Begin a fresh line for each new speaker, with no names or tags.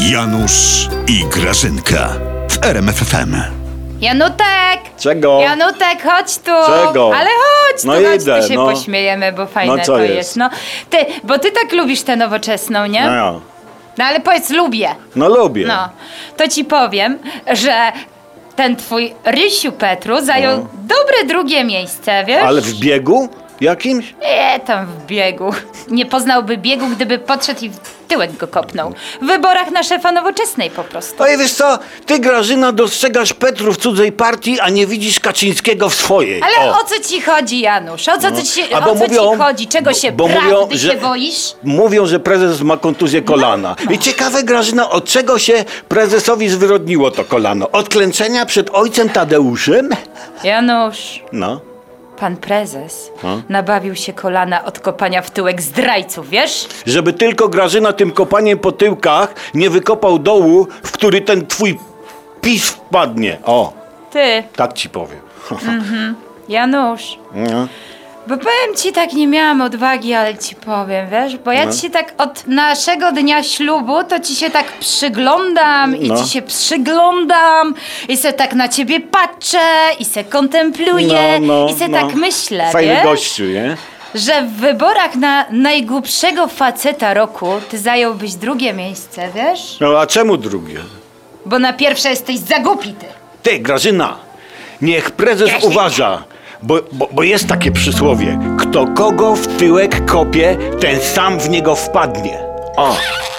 Janusz i Grażynka w RMFFM.
Janutek!
Czego?
Janutek, chodź tu!
Czego?
Ale chodź tu,
No
chodź
idę,
tu się
no.
pośmiejemy, bo fajne
No co
to jest.
jest?
No, ty, bo ty tak lubisz tę nowoczesną, nie?
No, ja.
No ale powiedz, lubię.
no lubię.
No, to ci powiem, że ten twój Rysiu Petru zajął
No.
dobre drugie miejsce, wiesz?
Ale w biegu jakimś?
Nie, tam w biegu. Nie poznałby biegu, gdyby podszedł i w tyłek go kopnął. W wyborach na szefa nowoczesnej po prostu.
Ej, wiesz co, ty Grażyna dostrzegasz Petru w cudzej partii, a nie widzisz Kaczyńskiego w swojej.
Ale o, co ci chodzi, Janusz? O co, ci, się,
No. A
o
bo
co ci
mówią-
chodzi? Czego
bo-
się
bo
prawdy
mówią,
się
że-
boisz?
Mówią, że prezes ma
No.
kontuzję kolana. I ciekawe Grażyna, od czego się prezesowi zwyrodniło to kolano? Od klęczenia przed ojcem Tadeuszem?
Janusz,
No.
pan prezes nabawił się kolana od kopania w tyłek zdrajców, wiesz?
Żeby tylko Grażyna tym kopaniem po tyłkach nie wykopał dołu, w który ten twój pis wpadnie. O,
Ty,
tak ci powiem.
Janusz.
No.
Bo powiem ci tak, nie miałam odwagi, ale ci powiem, wiesz? Bo
No.
ja ci się tak od naszego dnia ślubu, to ci się tak przyglądam i
No.
ci się przyglądam i se tak na ciebie patrzę i se kontempluję i se tak myślę,
No, Fajny
wiesz?
gościu, nie?
Że w wyborach na najgłupszego faceta roku ty zająłbyś drugie miejsce, wiesz?
No a czemu drugie?
Bo na pierwsze jesteś zagupi ty.
Ty, Grażyna, niech prezes uważa, bo, bo, bo jest takie przysłowie. Kto kogo w tyłek kopie, ten sam w niego wpadnie. O,